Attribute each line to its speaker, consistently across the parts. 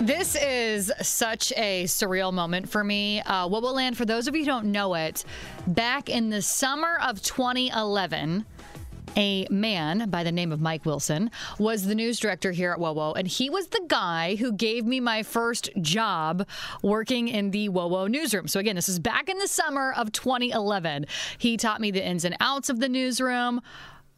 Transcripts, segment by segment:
Speaker 1: This is such a surreal moment for me. Uh, what will land, for those of you who don't know it, back in the summer of 2011, a man by the name of Mike Wilson was the news director here at WoWo, and he was the guy who gave me my first job working in the WoWo newsroom. So again, this is back in the summer of 2011. He taught me the ins and outs of the newsroom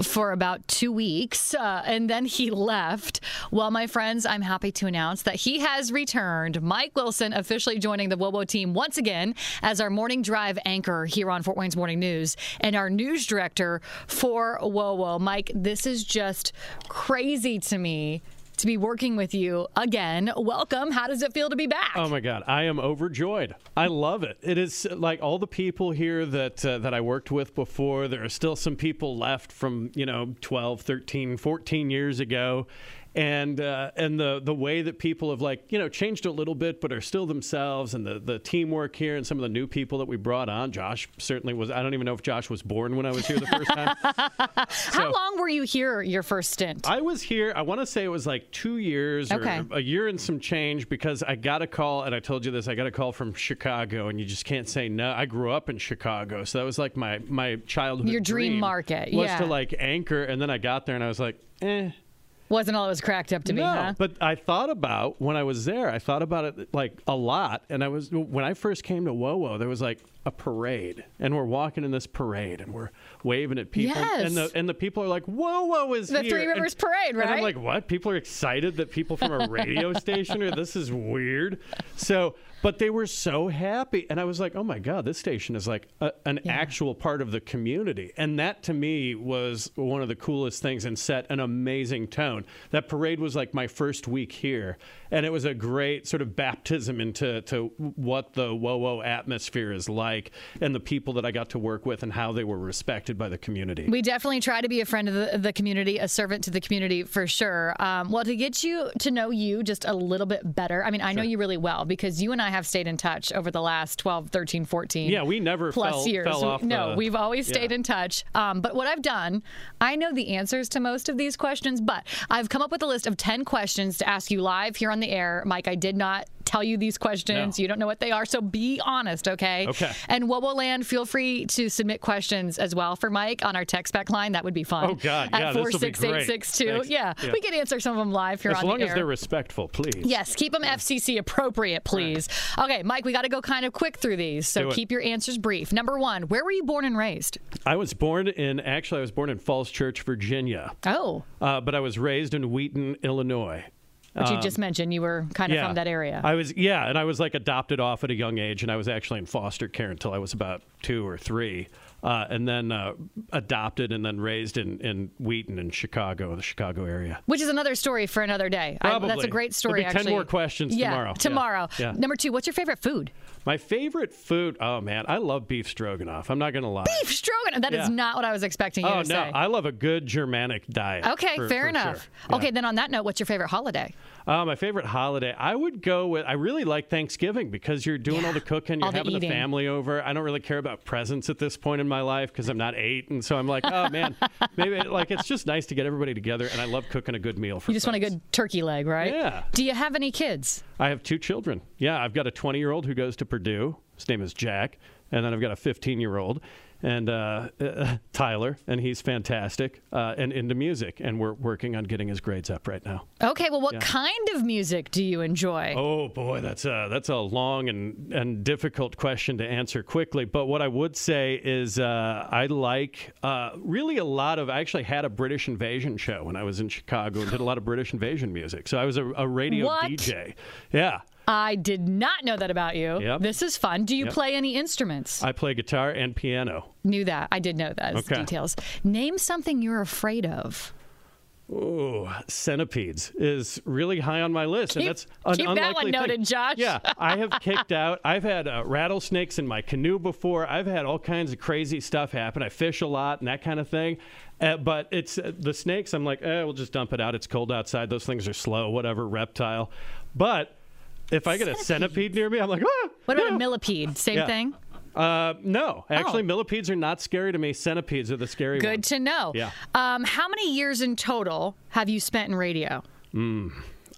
Speaker 1: for about two weeks, uh, and then he left. Well, my friends, I'm happy to announce that he has returned. Mike Wilson officially joining the Wobo team once again as our morning drive anchor here on Fort Wayne's Morning News and our news director for Wobo. Mike, this is just crazy to me to be working with you again. Welcome. How does it feel to be back?
Speaker 2: Oh my God, I am overjoyed. I love it. It is uh, like all the people here that uh, that I worked with before. There are still some people left from you know 12, 13, 14 years ago, and uh, and the the way that people have like you know changed a little bit, but are still themselves, and the the teamwork here, and some of the new people that we brought on. Josh certainly was. I don't even know if Josh was born when I was here the first time.
Speaker 1: How long were you here your first stint?
Speaker 2: I was here. I want to say it was like two years
Speaker 1: Okay.
Speaker 2: or a year and some change because I got a call, and I told you this. I got a call from Chicago, and you just can't say no. I grew up in Chicago, so that was like my my childhood.
Speaker 1: Your dream market,
Speaker 2: was
Speaker 1: yeah.
Speaker 2: to like anchor, and then I got there, and I was like, eh.
Speaker 1: Wasn't all it was cracked up to be,
Speaker 2: no,
Speaker 1: huh?
Speaker 2: but I thought about when I was there. I thought about it like a lot, and I was when I first came to WoWo. There was like a parade, and we're walking in this parade, and we're waving at people,
Speaker 1: Yes.
Speaker 2: and the and the people are like, "WoWo is
Speaker 1: The
Speaker 2: here."
Speaker 1: Three
Speaker 2: And-
Speaker 1: Rivers Parade,
Speaker 2: And I'm
Speaker 1: right?
Speaker 2: like, "What? People are excited that people from a radio station are. This is weird." So, but they were so happy, and I was like, "Oh my god, this station is like a, an actual part of the community," and that to me was one of the coolest things, and set an amazing tone. That parade was like my first week here, and it was a great sort of baptism into to what the WoWo atmosphere is like, and the people that I got to work with, and how they were respected by the community.
Speaker 1: We definitely try to be a friend of the, the community, a servant to the community for sure. Um, well, to get you to know you just a little bit better, I mean, I know you really well because you and I have stayed in touch over the last 12, 13, 14.
Speaker 2: Yeah, we never
Speaker 1: plus
Speaker 2: fell-
Speaker 1: years.
Speaker 2: fell
Speaker 1: We-
Speaker 2: off
Speaker 1: no,
Speaker 2: the-
Speaker 1: we've always stayed
Speaker 2: yeah.
Speaker 1: in touch. Um, but what I've done, I know the answers to most of these questions, but I've come up with a list of 10 questions to ask you live here on the air. Mike, I did not tell you these questions.
Speaker 2: No.
Speaker 1: You don't know what they are, so be honest, okay?
Speaker 2: Okay.
Speaker 1: And Wobo Land, feel free to submit questions as well for Mike on our text back line. That would be fun.
Speaker 2: Oh, God, yeah,
Speaker 1: At
Speaker 2: this will be great.
Speaker 1: 46862.
Speaker 2: Thanks.
Speaker 1: Yeah,
Speaker 2: Yeah.
Speaker 1: we can answer some of them live here
Speaker 2: as
Speaker 1: on
Speaker 2: long
Speaker 1: the
Speaker 2: as
Speaker 1: air.
Speaker 2: they're respectful, please.
Speaker 1: Yes, keep them FCC appropriate, please. Okay, Mike, we got to go kind of quick through these, so
Speaker 2: Do it.
Speaker 1: keep your answers brief. Number one, where were you born and raised?
Speaker 2: I was born in actually I was born in Falls Church, Virginia,
Speaker 1: Oh,
Speaker 2: uh, but I was raised in Wheaton, Illinois.
Speaker 1: which you just mentioned, you were kind of
Speaker 2: Um, Yeah,
Speaker 1: from that area.
Speaker 2: I was yeah, and I was like adopted off at a young age, and I was actually in foster care until I was about two or three, uh, and then uh, adopted and then raised in in Wheaton in Chicago, the Chicago area.
Speaker 1: which is another story for another day. I- that's a
Speaker 2: Probably.
Speaker 1: great story.
Speaker 2: There'll be 10
Speaker 1: actually,
Speaker 2: more questions
Speaker 1: yeah,
Speaker 2: tomorrow. Yeah,
Speaker 1: Tomorrow.
Speaker 2: yeah.
Speaker 1: Number two, what's your favorite food?
Speaker 2: My favorite food, oh man, I love beef stroganoff. I'm not gonna lie.
Speaker 1: Beef stroganoff. That is
Speaker 2: Yeah.
Speaker 1: not what I was expecting you
Speaker 2: oh no,
Speaker 1: to say.
Speaker 2: I love a good Germanic diet.
Speaker 1: okay,
Speaker 2: for-
Speaker 1: fair
Speaker 2: for
Speaker 1: enough.
Speaker 2: sure. Yeah.
Speaker 1: Okay, then on that note, what's your favorite holiday?
Speaker 2: Uh, my favorite holiday, I would go with. I really like Thanksgiving because you're doing all the cooking, you're
Speaker 1: all the
Speaker 2: having
Speaker 1: eating.
Speaker 2: the family over. I don't really care about presents at this point in my life because I'm not eight, and so I'm like, oh man, maybe like it's just nice to get everybody together. And I love cooking a good meal for.
Speaker 1: You just want a good turkey leg, right?
Speaker 2: Yeah.
Speaker 1: Do you have any kids?
Speaker 2: I have two children. Yeah, I've got a 20 year old who goes to Purdue. His name is Jack, and then I've got a 15 year old and uh, Tyler, and he's fantastic uh, and into music. And we're working on getting his grades up right now.
Speaker 1: Okay, well, what kind of music do you enjoy?
Speaker 2: Oh boy, that's a that's a long and and difficult question to answer quickly. But what I would say is, uh, I like uh, really a lot of. I actually had a British Invasion show when I was in Chicago and did a lot of British Invasion music. So I was a, a radio
Speaker 1: What?
Speaker 2: DJ. Yeah,
Speaker 1: I did not know that about you.
Speaker 2: Yep.
Speaker 1: This is fun. Do you
Speaker 2: Yep.
Speaker 1: play any instruments?
Speaker 2: I play guitar and piano.
Speaker 1: Knew that. I did know that. It's
Speaker 2: Okay.
Speaker 1: Details. Name something you're afraid of.
Speaker 2: Ooh, centipedes is really high on my list,
Speaker 1: Keep-
Speaker 2: and that's an
Speaker 1: keep that one
Speaker 2: unlikely thing.
Speaker 1: noted, Josh.
Speaker 2: Yeah, I have kicked out. I've had uh, rattlesnakes in my canoe before. I've had all kinds of crazy stuff happen. I fish a lot and that kind of thing. Uh, but it's uh, the snakes. I'm like, eh, we'll just dump it out. It's cold outside. Those things are slow. Whatever, reptile. But if I get a centipede near me, I'm like, ah.
Speaker 1: What about
Speaker 2: no.
Speaker 1: a millipede? Same
Speaker 2: Yeah.
Speaker 1: thing?
Speaker 2: Uh, no, actually,
Speaker 1: Oh.
Speaker 2: millipedes are not scary to me. Centipedes are the scary
Speaker 1: Good
Speaker 2: ones.
Speaker 1: to know.
Speaker 2: Yeah.
Speaker 1: Um, how many years in total have you spent in radio?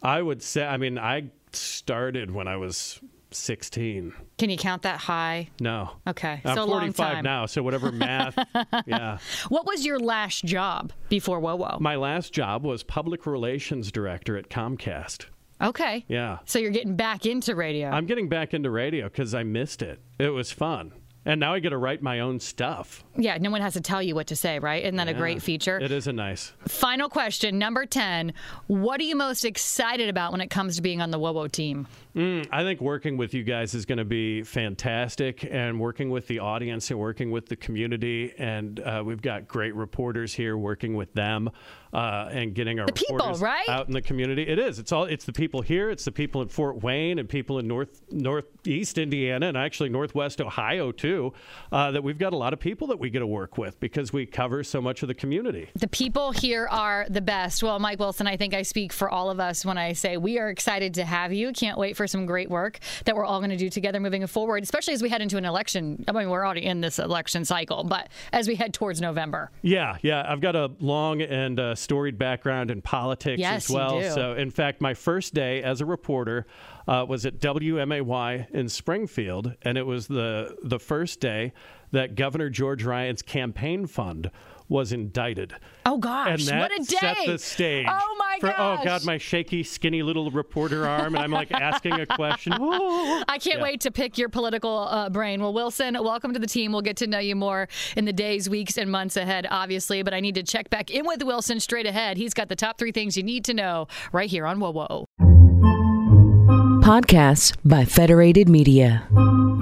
Speaker 2: I would say. I mean, I s- started when I was 16.
Speaker 1: Can you count that high?
Speaker 2: No.
Speaker 1: Okay,
Speaker 2: I'm
Speaker 1: so a long
Speaker 2: 45
Speaker 1: time.
Speaker 2: now, so whatever math. yeah.
Speaker 1: What was your last job before WoWo?
Speaker 2: My last job was public relations director at Comcast.
Speaker 1: Okay.
Speaker 2: Yeah.
Speaker 1: So you're getting back into radio.
Speaker 2: I'm getting back into radio because I missed it. It was fun. And now I get to write my own stuff.
Speaker 1: yeah, no one has to tell you what to say, right? Isn't that a
Speaker 2: Yeah.
Speaker 1: great feature?
Speaker 2: It is a nice.
Speaker 1: Final question, number 10. What are you most excited about when it comes to being on the WoWo team?
Speaker 2: Mm, I think working with you guys is going to be fantastic, and working with the audience and working with the community, and uh, we've got great reporters here working with them, uh, and getting our
Speaker 1: people,
Speaker 2: reporters
Speaker 1: right?
Speaker 2: out in the community. It is. It's all. It's the people here. It's the people in Fort Wayne and people in north northeast Indiana and actually northwest Ohio too. Uh, that we've got a lot of people that we get to work with because we cover so much of the community.
Speaker 1: The people here are the best. Well, Mike Wilson, I think I speak for all of us when I say we are excited to have you. Can't wait for some great work that we're all going to do together moving forward, especially as we head into an election. I mean, we're already in this election cycle, but as we head towards November.
Speaker 2: Yeah, yeah. I've got a long and uh, storied background in politics
Speaker 1: Yes,
Speaker 2: as
Speaker 1: you
Speaker 2: well.
Speaker 1: do.
Speaker 2: So, in fact, my first day as a reporter uh, was at WMAY in Springfield, and it was the the first day that Governor George Ryan's campaign fund was indicted.
Speaker 1: Oh, gosh.
Speaker 2: And that
Speaker 1: what a day.
Speaker 2: set the stage.
Speaker 1: Oh, my
Speaker 2: for-
Speaker 1: gosh.
Speaker 2: Oh God, my shaky, skinny little reporter arm, and I'm like asking a question. Oh.
Speaker 1: I can't wait to pick your political uh, brain. Well, Wilson, welcome to the team. We'll get to know you more in the days, weeks, and months ahead, obviously. But I need to check back in with Wilson straight ahead. He's got the top three things you need to know right here on Whoa Whoa.
Speaker 3: Podcasts by Federated Media.